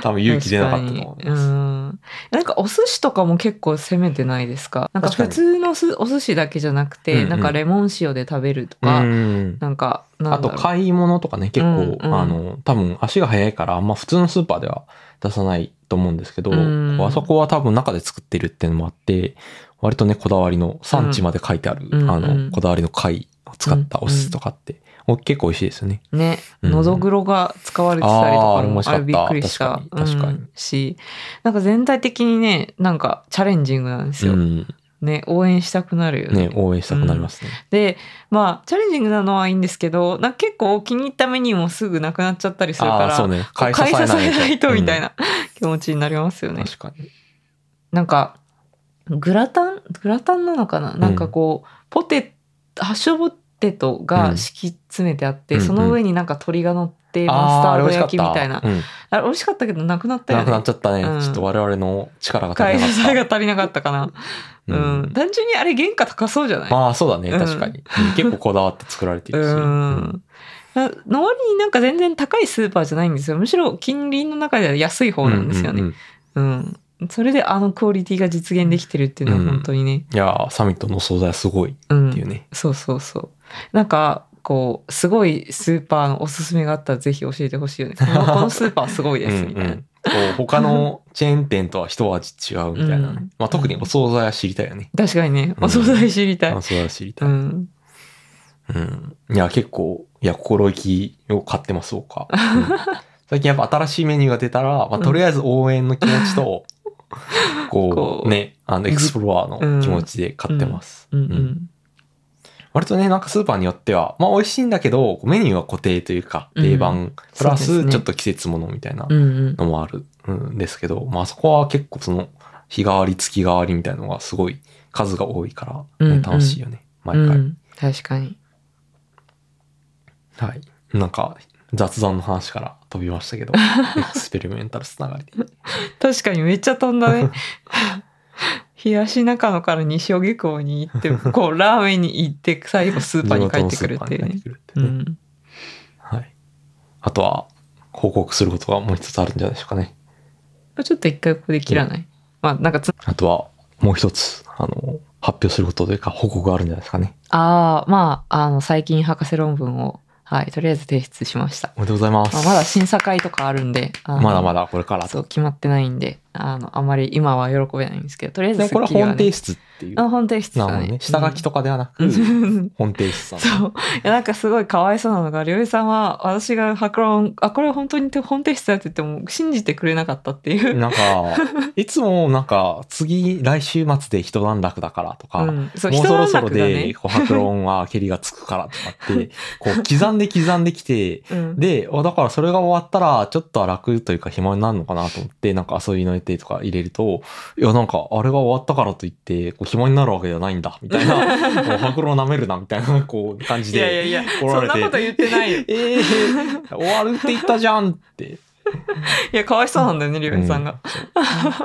S1: 多分勇気出なかったと思い
S2: 確かにう
S1: ます。
S2: ん。なんかお寿司とかも結構攻めてないですかなんか
S1: 確かに
S2: 普通のすお寿司だけじゃなくて、
S1: うんうん
S2: なんかレモン塩で食べると
S1: う
S2: か、
S1: ん
S2: なんか、な
S1: あ
S2: んだ
S1: と
S2: ろう
S1: 買い物とかね、結構、
S2: うんうん
S1: あの、多分足が速いから、あんま普通のスーパーでは出さないと思うんですけど、
S2: うん
S1: こうあそこは多分中で作ってるっていうのもあって、割とね、こだわりの、産地まで書いてある、
S2: うん
S1: あ
S2: う
S1: の、
S2: ん
S1: こだわりの貝を使ったお酢とかって、お結構美味しいですよね。
S2: ね、
S1: うん
S2: のどぐろが使われてたりと
S1: あーあ
S2: か
S1: れも美
S2: も
S1: 味し
S2: あ
S1: かった
S2: れびっくりした
S1: 確かに確かに
S2: うんしなんか全体的にねなんかチャレンジングなんです
S1: う
S2: よ、
S1: ん。
S2: ね応援したくなるよね
S1: ね、応援したくなりますね。
S2: でまあチャレンジングなのはいいんですけどなんか結構気に入ったメニューもすぐなくなっちゃったりするか
S1: ああ、
S2: ら
S1: そうね。
S2: 買い支えないとみたいな、気持ちになりますよ
S1: うん
S2: ね。
S1: 確かに。
S2: なんかグラタングラタンなのかな、なんかこうポテハッシュポテト
S1: う
S2: が
S1: ん
S2: 敷き詰めてあって、
S1: うんうん
S2: その上になんか鶏が乗って
S1: あ
S2: マス
S1: あ、あ
S2: タ
S1: れ
S2: ー
S1: 美
S2: ド
S1: 味しかっ
S2: 焼きみたいな
S1: た。うん。
S2: あれ美味しかったけどなくなったよ
S1: なく
S2: ね
S1: なっちゃったね
S2: う。ん
S1: ちょっと我々の力が
S2: 買
S1: 足
S2: い
S1: りな
S2: 支え
S1: かっ
S2: が足りなかったかな、
S1: た。
S2: うん単純にあれ原価高そうじゃない、
S1: まあそうだね、
S2: うん
S1: 確かに。うん結構こだわって作られているし。
S2: う
S1: うん
S2: ん。なの割になんか全然高いスーパーじゃないんですよ。むしろ近隣の中では安い方なんですよ
S1: う
S2: ね。
S1: ううん
S2: うんそれであのクオリティが実現できてるっていうの
S1: うん
S2: は本当にね。
S1: いやー、サミットのお惣菜はすごいっ
S2: うん。
S1: ていうね。
S2: そうそうそう。なんか、こう、すごいスーパーのおすすめがあったらぜひ教えてほし
S1: (laughs)
S2: いよね。このこのスーパーすごいで
S1: うん
S2: す、
S1: う
S2: みたいな。
S1: んこう他のチェーン店とは一味違うみたいな
S2: (laughs) う
S1: ね
S2: ん。
S1: まあ特にお惣菜は知りたいよね。
S2: 確かにね、
S1: うん
S2: お惣菜知りたい
S1: お。惣菜は知りた
S2: う
S1: い。
S2: ん。
S1: うん。いや、結構、いや、心意気を買ってます、そうか。
S2: (laughs)
S1: うん最近やっぱ新しいメニューが出たら、まあとりあえず応援の気持ちと、こ
S2: こ
S1: う、
S2: う
S1: ね、あの、エクスプロアの気持ちで買ってます。
S2: うんう
S1: うん
S2: ん。
S1: 割とね、なんかスーパーによっては、まあ美味しいんだけど、メニューは固定というか、定番、
S2: うん
S1: プラ
S2: そうです
S1: ス
S2: ね
S1: ちょっと季節ものみたいな
S2: うんうん。
S1: のもあるんですけど、まあそこは結構その日替わり月替わりみたいなのがすごい数が多いから、ね
S2: うんうん
S1: 楽しいよね、毎
S2: う
S1: 回。
S2: ん、確かに。
S1: はい。なんか雑談の話から飛びましたけど、エクスペリメンタルつな
S2: (laughs)
S1: がりで。
S2: 確かにめっちゃ飛んだね。
S1: (laughs)
S2: 東中野から西荻窪に行って、こう、ラーメンに行って、最後スーパーに帰ってくるっていうね
S1: 地元のスーパーに帰って。くるって
S2: う
S1: ね
S2: ん。
S1: はい。あとは、報告することがもう一つあるんじゃないでしょうかね。
S2: ちょっと一回ここで切らない、まあ、なんかつ、
S1: あとは、もう一つ、あの、発表することというか、報告があるんじゃないですかね。
S2: ああ、まあ、あの、最近博士論文を、はい、とりあえず提出しました。
S1: おめでとうございます。
S2: まあ、まだ審査会とかあるんで、あの
S1: まだまだこれからと。
S2: そう、決まってないんで、あの、あまり今は喜べないんですけど、とりあえず
S1: で
S2: ス
S1: これは
S2: ッキリ
S1: 本
S2: は、ね、
S1: 提出っていう。
S2: あ、本提出
S1: な
S2: だ
S1: るほ
S2: ね。
S1: どね。下書きとかではな
S2: う
S1: く、
S2: ん。
S1: 本提出だ
S2: (laughs) そう。いや、なんかすごいかわいそうなのが、りょうえさんは、私が白論、あ、これ本当に本提出だって言っても、信じてくれなかったっていう。
S1: なんか、いつもなんか、次、来週末で一段落だからとか、
S2: う
S1: も
S2: ん、そうう、人
S1: そろ
S2: 段
S1: そろ
S2: 落がね
S1: で、。こう、白論は蹴りがつくからとかって、こう、刻んで刻んできて、
S2: (laughs) うん、
S1: で、あだからそれが終わったら、ちょっとは楽というか暇になるのかなと思って、なんか遊びの予定とか入れると、いや、なんかあれが終わったからといって、こう暇になるわけじゃないんだ、みたい
S2: (laughs)
S1: な、もう白露舐めるな、みたいな、こう、感じ
S2: いやい
S1: で。
S2: やいや、
S1: 来
S2: そ
S1: ら
S2: ん
S1: れて
S2: なこと言ってない
S1: (laughs)
S2: よ。い
S1: ええ終わるって言ったじゃんって。
S2: や、かわいそうなんだよね、りょうえさんが。
S1: うん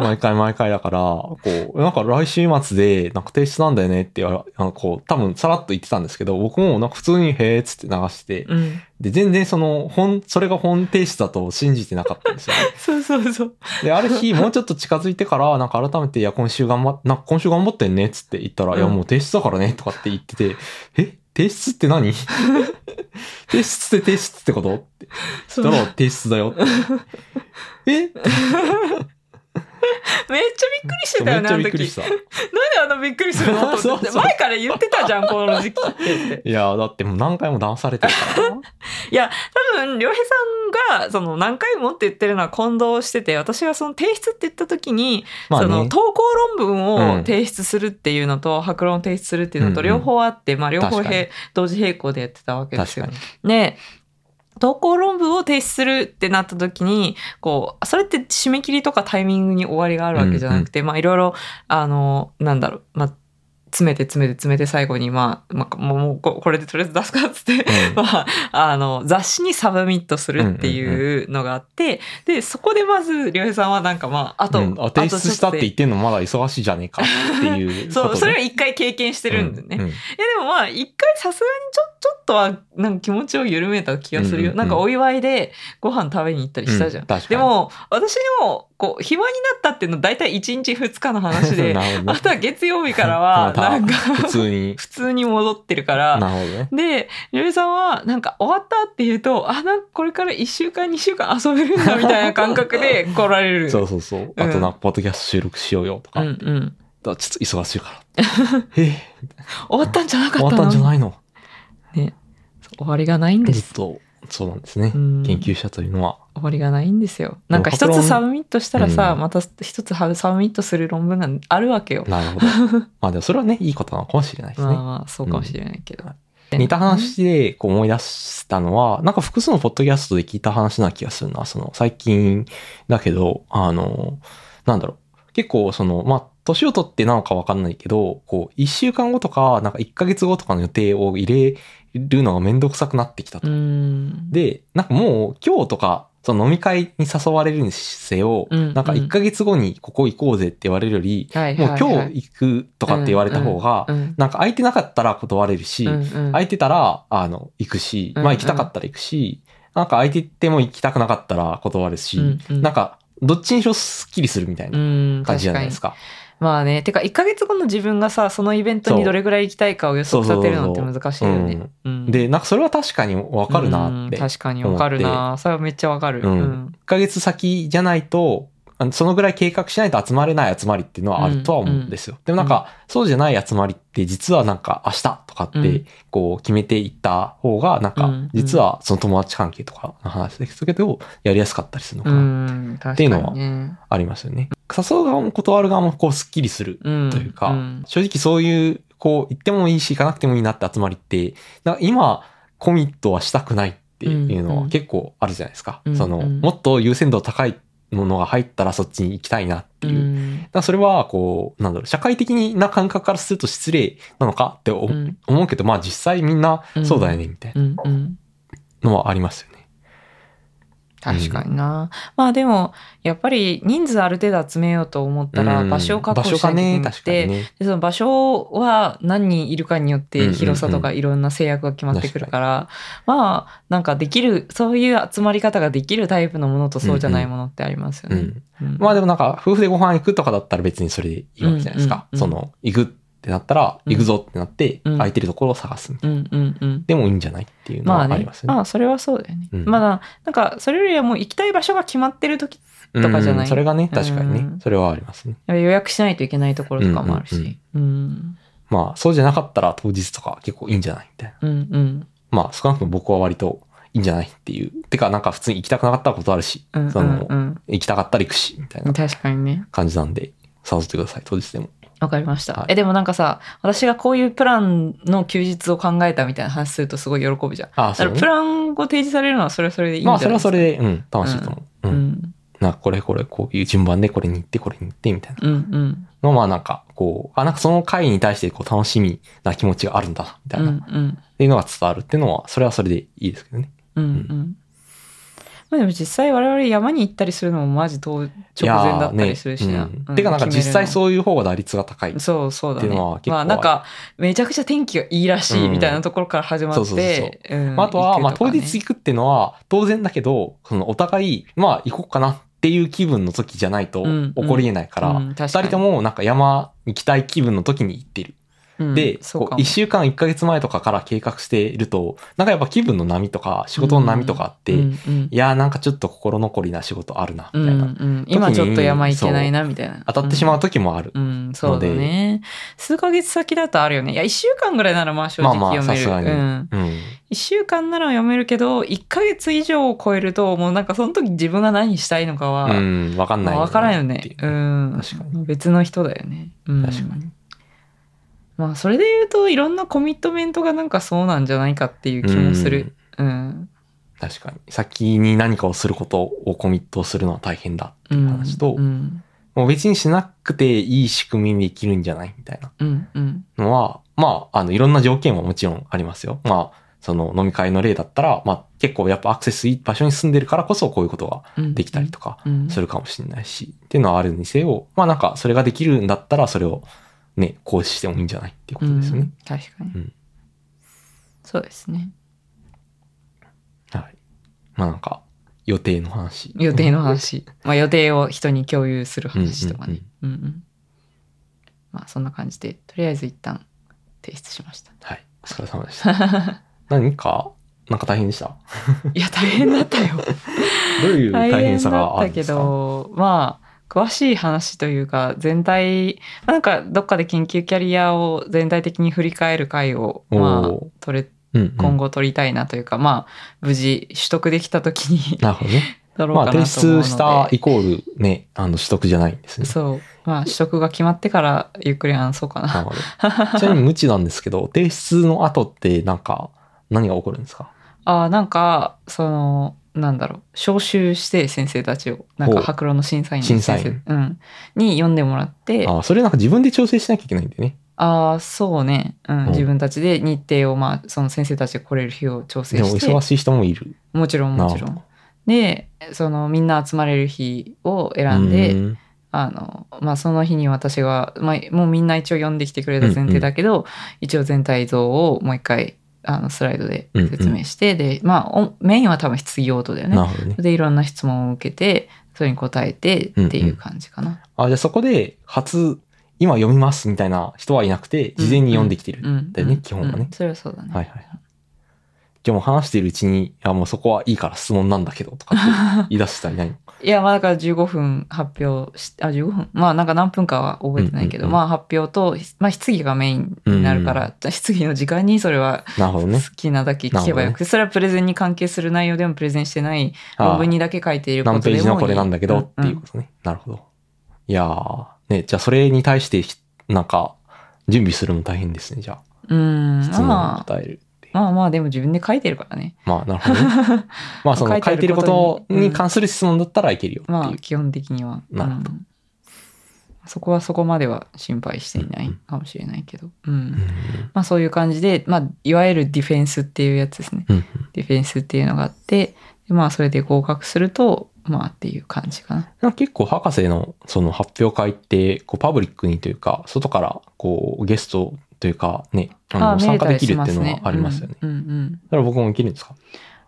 S1: 毎回毎回だから、こう、なんか来週末で、なんか提出なんだよねって言われ、あのこう、多分さらっと言ってたんですけど、僕もなんか普通にへーっつって流して、
S2: うん。
S1: で、全然その、本、それが本提出だと信じてなかったんですよね。
S2: そうそうそう。
S1: で、ある日、もうちょっと近づいてから、なんか改めて、いや、今週頑張っ、なんか今週頑張ってんねっつって言ったら、
S2: うん
S1: いや、もう提出だからね、とかって言ってて、え提出って何 (laughs) 提出って提出ってことって
S2: そ
S1: 言
S2: う
S1: ったら、提出だよって。
S2: (laughs)
S1: え
S2: めっちゃびっくりしてた
S1: め
S2: よ
S1: っ
S2: ね、
S1: ち
S2: あ
S1: ゃ
S2: の
S1: びっくり
S2: 時
S1: し。た。
S2: なんであんなびっくりするのと思って
S1: そうそう
S2: 前から言ってたじゃん、この時期って言
S1: (laughs)
S2: って。
S1: いや、だってもう何回も騙されてる
S2: (laughs)
S1: から。
S2: いや、多分、りょうへいさんが、その、何回もって言ってるのは混同してて、私がその提出って言った時に、
S1: まあ
S2: その、
S1: ね、
S2: 投稿論文
S1: う
S2: を
S1: ん
S2: 提出するっていうのと、白論を提出するっていうの
S1: うんう
S2: と、
S1: ん
S2: 両方あって、まあ、両方
S1: 確かに
S2: 並同時並行でやってたわけで
S1: 確
S2: すよ
S1: か。に。
S2: で、投稿論文を提出するってなった時に、こう、それって締め切りとかタイミングに終わりがあるわけじゃなくて、まあいろいろ、あの、なんだろう、まあ、詰めて詰めて詰めて最後に、まあ、まあ、もうもうここれでとりあえず出すかっつって、
S1: う
S2: (laughs)
S1: ん
S2: まあ、あの、雑誌にサブミットするっていうのがあって、で、そこでまず、りょうへいさんはなんかまあ、あと、
S1: うんあ提出したって言
S2: っ
S1: ってんのまだ忙しいじゃねえかっていうこ
S2: て
S1: とね、
S2: (laughs) そう、それは一回経験してるんだよね。
S1: うう
S2: えでもまあ一回さすがにちょちょっとはなんか気持ちを緩めた気がするよ、
S1: うんうんうん
S2: なんかお祝いでご飯食べに行ったりしたじゃ
S1: う
S2: ん、
S1: ん確かに
S2: でも私もこう暇になったっていうのは大体1日2日の話
S1: (laughs)
S2: で
S1: なるほど
S2: (laughs) あ
S1: ね
S2: とは月曜日か
S1: (laughs)
S2: らはなんか
S1: 普
S2: 普
S1: 通
S2: (laughs)
S1: に。
S2: 通に戻ってるか
S1: なる
S2: ら
S1: ほどね。
S2: でりょうえさんはなんか終わったっていうとあなんかこれから1週間2週間遊べるんだみたいな感覚で来られ
S1: (laughs)
S2: る
S1: そうそうそう。あと、なんか、ポッドキャスト収録しようよとか。
S2: うんうん、
S1: だちょっと忙しいから。
S2: (laughs)
S1: え
S2: 終わったんじゃなか
S1: 終
S2: っ
S1: わったたん
S2: の
S1: じゃないの
S2: ね、終わりがないんで
S1: ずっ
S2: す
S1: と、そうなんですね。
S2: うん
S1: 研究者というのは。
S2: 終わりがないんですよ。なんか一
S1: でも
S2: つ
S1: 白
S2: サブミットしたらさ、
S1: うん
S2: また一つサブミットする論文があるわけよ。
S1: なるほど。
S2: (laughs)
S1: まあでもそれはね、いいことなのかもしれないです
S2: まあ
S1: ね。
S2: まあ、そうかもしれないけど。
S1: 似た話でこう思い出したのは、なんか複数のポッドキャストで聞いた話な気がするな。その最近だけど、あの、なんだろう。結構その、まあ、年を取ってなのかわかんないけど、こう、一週間後とか、なんか一ヶ月後とかの予定を入れるのがめんどくさくなってきた
S2: う
S1: と。
S2: ん。
S1: で、なんかもう今日とか、その飲み会に誘われるにせよ、
S2: うん
S1: なんか
S2: うん
S1: 一ヶ月後にここ行こうぜって言われるより、
S2: はいはい
S1: もう
S2: はい、
S1: 今日行くとかって言われた方が
S2: う、ん
S1: なんか空いてなかったら断れるし、
S2: うんうん
S1: 空いてたら、あの、行くし、
S2: うん
S1: まあ行きたかったら行くし、なんか空いてても行きたくなかったら断るし、
S2: うんうん
S1: なんか、どっちにしろスッキリするみたいな
S2: うん
S1: 感じじゃないです
S2: 確
S1: か。
S2: かにまあねてか1か月後の自分がさそのイベントにどれぐらい行きたいかを予測立てるのって
S1: そうそう
S2: 難しいよね。うん
S1: で、なんかそれは確かにわかるなって。
S2: うん
S1: 1
S2: 確かにわかるなそれはめっちゃわかる。
S1: うんヶ月先じゃないと、あのそのぐらい計画しないと集まれない集まりっていうのはあるとは思うんですよ。でもなんか、そうじゃない集まりって実はなんか明日とか
S2: う
S1: っ
S2: ん
S1: て、こう決めていった方が、なん
S2: う
S1: か
S2: んうん、
S1: 実はその友達関係とかの話ですけど、やりやすかったりするの
S2: う
S1: かな。
S2: ん、確か
S1: っていうのは
S2: にね。
S1: ありますよね。誘う側も断る側もこうスッキリする
S2: うん
S1: というか、
S2: ん
S1: 正直そういうこう、行ってもいいし、行かなくてもいいなって集まりって、なんか今、コミットはしたくないっていうの
S2: うんう
S1: は
S2: ん
S1: 結構あるじゃないですか。
S2: うんうん
S1: その、もっと優先度高いものが入ったらそっちに行きたいなっていう。だからそれは、こう、なんだろう、社会的な感覚からすると失礼なのかってお
S2: うん
S1: 思うけど、まあ実際みんな
S2: うん
S1: そうだよね、みたい
S2: うんうん
S1: なのはありますよね。
S2: 確かにな、まあでもやっぱり人数ある程度集めようと思ったら
S1: うん
S2: 場所を確保しなきゃいけ
S1: 場所が
S2: なく
S1: ね、確かに
S2: て、
S1: ね。
S2: でその場所は何人いるかによっ
S1: うんうん
S2: て
S1: うん
S2: 広さとかいろんな制約が決まってくるから、まあなんかできるそういう集まり方ができるタイプのものとそうじゃないものってありますよ
S1: う
S2: ね。
S1: ん。まあでも
S2: も
S1: なんか、夫婦でご飯行くとかだったら別にそれでいいわけじゃないですか。
S2: うんうん
S1: そ
S2: うん
S1: の、行くってなったら、
S2: うん
S1: 行くぞってなって、
S2: うん
S1: 空いてるところを探すみたいな。
S2: うんうんうん
S1: でもいいんじゃないっていうの
S2: ま
S1: は
S2: あ
S1: あ
S2: ね
S1: りますよ
S2: ま
S1: ね。
S2: あそれはそうだよね。
S1: うん
S2: まだなんかそれよりはもう行きたい場所が決まってる時あとかじゃない
S1: うんそれがね、確かに
S2: う
S1: ね
S2: ん。
S1: それはありますね。
S2: 予約しないといけないところとかもあるし。うん
S1: まあ、そうじゃなかったら当日とか結構いいんじゃないみたいな。
S2: うんうん
S1: まあ、少なくとも僕は割といいんじゃないっていう。てか、なんか普通に行きたくなかったら断るし、
S2: うんうん
S1: その
S2: う、ん
S1: 行きたかったら行くし、みたい
S2: うん
S1: な
S2: 確かにね。
S1: 感じなんで、誘ってください、当日でも。
S2: わかりました、
S1: はい
S2: えでもなんかさ私がこういうプランの休日を考えたみたいな話するとすごい喜ぶじゃん。
S1: ああ、
S2: だ
S1: そ
S2: か
S1: う
S2: ら
S1: ね
S2: プ。ランを提示されるのはそれはそれでいいんじゃ
S1: ま
S2: な
S1: あ、
S2: いで
S1: そ
S2: すか
S1: れはそれで、うん、楽しいと思う。う
S2: う
S1: ん。
S2: ん
S1: なんか、これこれ、こういう順番でこれに行って、これに行って、みたいな。
S2: うんうん
S1: のまあ、なんか、こう、あ、なんかその回に対して、こう、楽しみな気持ちがあるんだな、みた
S2: う
S1: い
S2: んう
S1: な。っ
S2: ん
S1: ていうのが伝わるっていうのは、それはそれでいいですけどね。
S2: うんうんまあでも実際我々山に行ったりするのもマジ当直前だったりするし
S1: い
S2: な。
S1: やーねうんてかなんか実際
S2: う
S1: そういう方が打率が高い。
S2: んそうそうだ
S1: っていうの
S2: ね
S1: は。結構
S2: まあなんかめちゃくちゃ天気がいいらしいみたいなところから始ま
S1: う
S2: っ
S1: んそうそうそう
S2: て。うん
S1: まあ、あとは、まあ当日
S2: 行く
S1: 行くっていうのは当然だけど、そのお互い、まあ行こうかなっていう気分の時じゃないと
S2: うん
S1: 起こりえないか
S2: とかねう
S1: ら、
S2: ん確
S1: 二
S2: かに
S1: 人ともなんか山行きたい気分の時に行ってる。
S2: うん
S1: で、
S2: そう
S1: こ
S2: か
S1: う1
S2: も
S1: 週間1ヶ月前とかから計画していると、なんかやっぱ気分の波とか仕事の波とかあって、
S2: う
S1: い
S2: んうん
S1: やーなんかちょっと心残りな仕事あるな、みたいな。
S2: うんうん、今ちょっと山行けないなみたいな
S1: 当たってしまう時もある。
S2: うん、うんそうだね数ヶ月先だとあるよねいや1週間ぐらいならまあ正
S1: ま
S2: 直
S1: あまあ、
S2: 読
S1: さ
S2: め
S1: す
S2: る、
S1: がに。
S2: うん、
S1: うん
S2: 1週間なら読めるけど1ヶ月以上を超えるともうなんかその時自分が何したいのかは、
S1: うん、わかんない。
S2: まあ、分からんよね
S1: っていう
S2: うん
S1: 確かに
S2: 別の人だよね、うん、
S1: 確かに
S2: まあそれで言うといろんなコミットメントがなんかそうなんじゃないかっていう気もするうん
S1: 確かに。先に何かをすることをコミットするのは大変だっていう話と、
S2: うん
S1: もう別にしなくていい仕組みにできるんじゃないみたいな
S2: うんうん
S1: のは、まあ、あの、いろんな条件はもちろんありますよ。まあ、その飲み会の例だったら、まあ、結構やっぱアクセスいい場所に住んでるからこそこういうことが
S2: うん
S1: できたりとか
S2: うん
S1: するかもしれないし、っていうのはあるにせよ、まあなんかそれができるんだったらそれをね、行使してもいいんじゃないっていうことですよね。
S2: うん、確かに、
S1: うん
S2: そうですね
S1: はい。まあなんか、予定の話。
S2: 予定の話まあ予定を人に共有する話とかねうんうん、まあそんな感じでとりあえず一旦提出し
S1: (laughs)
S2: ました
S1: (laughs) はい。お疲れ様でした。何か、なんか大変でした
S2: いや大変だったよ
S1: どういう (laughs) 大変さ
S2: だ
S1: があるん
S2: った
S1: で
S2: け
S1: すか
S2: どまあ詳しい話というか全体なんかどっかで研究キャリアを全体的に振り返る回をま
S1: おー
S2: あ取れ
S1: うんうん
S2: 今後取りたいなというか、まあ無事取得できた時に
S1: なるほどね。
S2: 取ろ
S1: ま
S2: う
S1: あ
S2: か
S1: 提
S2: なと思うので、
S1: 出したイコールね、あの取得じゃないんですね。
S2: そう。まあ、取得が決まってからゆっくり話そうか
S1: な
S2: な。
S1: るほど。ちなみに無知なんですけど、提出の後ってなんか何が起こるんですか
S2: ああ、なんか、その、なんだろう、招集して先生たちを、なん
S1: ほ
S2: か
S1: う
S2: 白狼の審査員の先生
S1: 審査員
S2: うん、に読んでもらって、あ
S1: ああ、それなんか自分で調整しなきゃいけないんでね。
S2: あー、そうね、うん、
S1: ん
S2: 自分たちで日程を、まあ、その先生たちが来れる日を調整
S1: でも
S2: し
S1: 忙
S2: て、
S1: しい人もいる。
S2: もちろんもちろ
S1: なる
S2: ん。で、その、みんな集まれる日を選んで、
S1: うん
S2: あの、まあ、その日に私が、まあ、もうみんな一応読んできてくれた前提だけど、一応全体像をもう一回、あの、スライドで説明して、で、まあ、おメインは多分質疑応答だよ
S1: なる
S2: ね。
S1: ほどね。
S2: で、いろんな質問を受けて、それに答えてっていう感じかな。
S1: あじゃあそこで、初、今読みますみたいな人はいなくて、事前に読んできてる。
S2: うん。うん
S1: だよね基本はね
S2: うんそれはそうだね。
S1: はいはい。じゃあもう話しているうちに、いやもうそこはいいから質問なんだけど、とか
S2: (laughs)
S1: って言い出したりないの
S2: いや、まあだから15分発表し、あ、15分まあなんか何分かは覚えてないけど、
S1: うんうんうん
S2: まあ発表と、まあ質疑がメインになるから、じゃあ質疑の時間にそれは
S1: なるほど
S2: (laughs)
S1: ね。
S2: 好きなだけ聞けばよくて、それはプレゼンに関係する内容でもプレゼンしてない
S1: あ
S2: 論文にだけ書いているこ
S1: 何
S2: と
S1: ペ
S2: でも
S1: ージのこれなんだけどって
S2: ん
S1: いうことね。なるほど。いやー、ね、じゃあそれに対してひ、なんか、準備するの大変ですね、じゃあ。
S2: うん
S1: 質問に
S2: まあ
S1: 答えるっていう。
S2: まあまあでも自分で書いてるからね
S1: まあ、なるほど
S2: (laughs)
S1: ね、まあ、その書
S2: 書
S1: い
S2: い
S1: て
S2: て
S1: る
S2: る
S1: こ
S2: こととに
S1: に関する質問だったらいけるよっていう。
S2: まあ基本的には
S1: なるほど
S2: うんそこはそこまでは心配していないかもしれないけど、うん
S1: うん
S2: まあそういう感じで、まあ、いわゆるディフェンスっていうやつですね
S1: うん
S2: ディフェンスっていうのがあってでまあそれで合格するとまあっていう感じかな
S1: なんか結構博士のその発表会ってこうパブリックにというか外からこうゲストというかねあの
S2: あ
S1: 参
S2: 見れ
S1: 加
S2: た
S1: で
S2: り
S1: きる
S2: し
S1: っ
S2: ま
S1: てい
S2: す
S1: うの
S2: ね
S1: はありますよね。
S2: うんうんうん
S1: だから僕もできるんですか、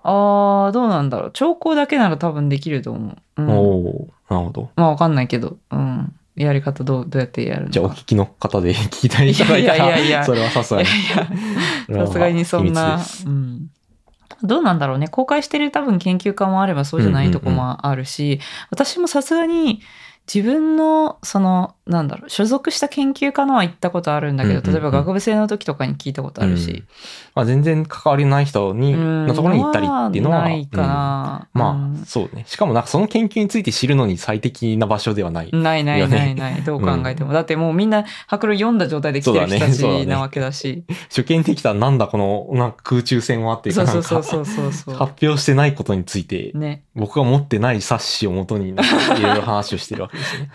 S2: ああどうなんだろう兆候だけなら多分できると思う、うん
S1: おおーなるほど。
S2: まあわかんないけど、うん、やり方どうどうやってやるのか
S1: じゃあお聞きの方で (laughs) 聞いたりいただいたら
S2: いやいやいや
S1: それはさすが
S2: い
S1: に。
S2: やい (laughs) や、さすがにそん
S1: 秘密
S2: な
S1: で、す
S2: うん。どうなんだろうね。公開してる多分研究家もあればそうじゃないとこもあるし、私もさすがに自分の、その、なんだろう、所属した研究家のは行ったことあるんだ
S1: う
S2: け
S1: んうんう
S2: ど、
S1: ん
S2: 例えば学部生の時とかに聞いたことある
S1: うん
S2: し。
S1: まあ、全然関わりない人に
S2: うん
S1: のところに行ったりっていうのは、
S2: ないかな。
S1: うん
S2: う
S1: ま
S2: ん
S1: あそうね。しかもなんかその研究について知るのに最適な場所ではない。
S2: ないない
S1: よね
S2: ない
S1: (laughs)
S2: ない。どう考えても。だってもうみんな白論読んだ状態で来てる人た
S1: そうだねそうだね
S2: ちなわけだし。
S1: 初見できたらなんだこのなんか空中戦はっていう
S2: そ
S1: か
S2: う
S1: なん
S2: そ
S1: か
S2: うそうそうそ
S1: (laughs)
S2: うそう。
S1: 発表してないことについて
S2: ね。
S1: 僕が持ってない冊子をもとになんかいろいろ話をしてるわけですよね。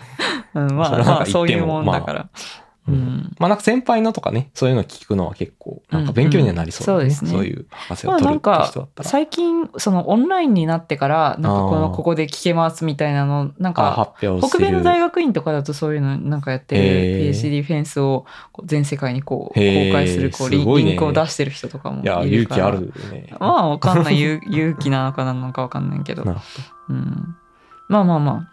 S2: うん、ま
S1: それはなんか
S2: あまあ
S1: 言
S2: そ
S1: っ
S2: う
S1: て
S2: い
S1: も
S2: うもんだから。 (laughs) うん。
S1: まあなんか先輩のとかね、そういうの聞くのは結構なんか勉強にはなりそうだ
S2: うんうんそうですね
S1: そういう博士を取るって人だったら。
S2: 最近そのオンラインになってからなんかこ
S1: あ
S2: の
S1: ー
S2: ここで聞けますみたいなのなん
S1: あ
S2: か
S1: 発表して
S2: 北
S1: る。
S2: 米の大学院とかだとそういうのなんかやって
S1: へー
S2: る PhD ディフェンスをこう全世界にこう公
S1: へー
S2: 開するこうリ
S1: すごいね
S2: リンクを出してる人とかもい
S1: いや、
S2: る
S1: 勇
S2: か
S1: 気
S2: ら
S1: あるよね。
S2: まあ (laughs) わかんない勇 (laughs) 勇気なのかなのかわかんないけど、
S1: なるほ
S2: うん、まあまあま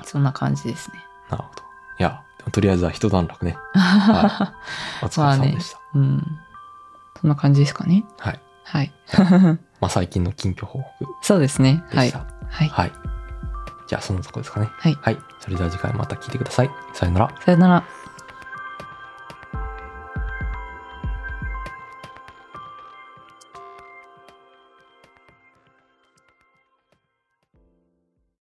S2: あそんな感じですね。
S1: ど。なるほど。いや、でもとりあえずは一段落ね。はお疲れ様でした。
S2: (laughs) うん、そんな感じですかね。
S1: はい。
S2: はい。
S1: まあ最近の近況報告
S2: そうですね。
S1: で
S2: は
S1: し
S2: い。
S1: た。
S2: はい。
S1: はい。じゃあそのとこですかね。
S2: はい
S1: はい。それでは次回また聞いてください。さよなら。
S2: さよなら。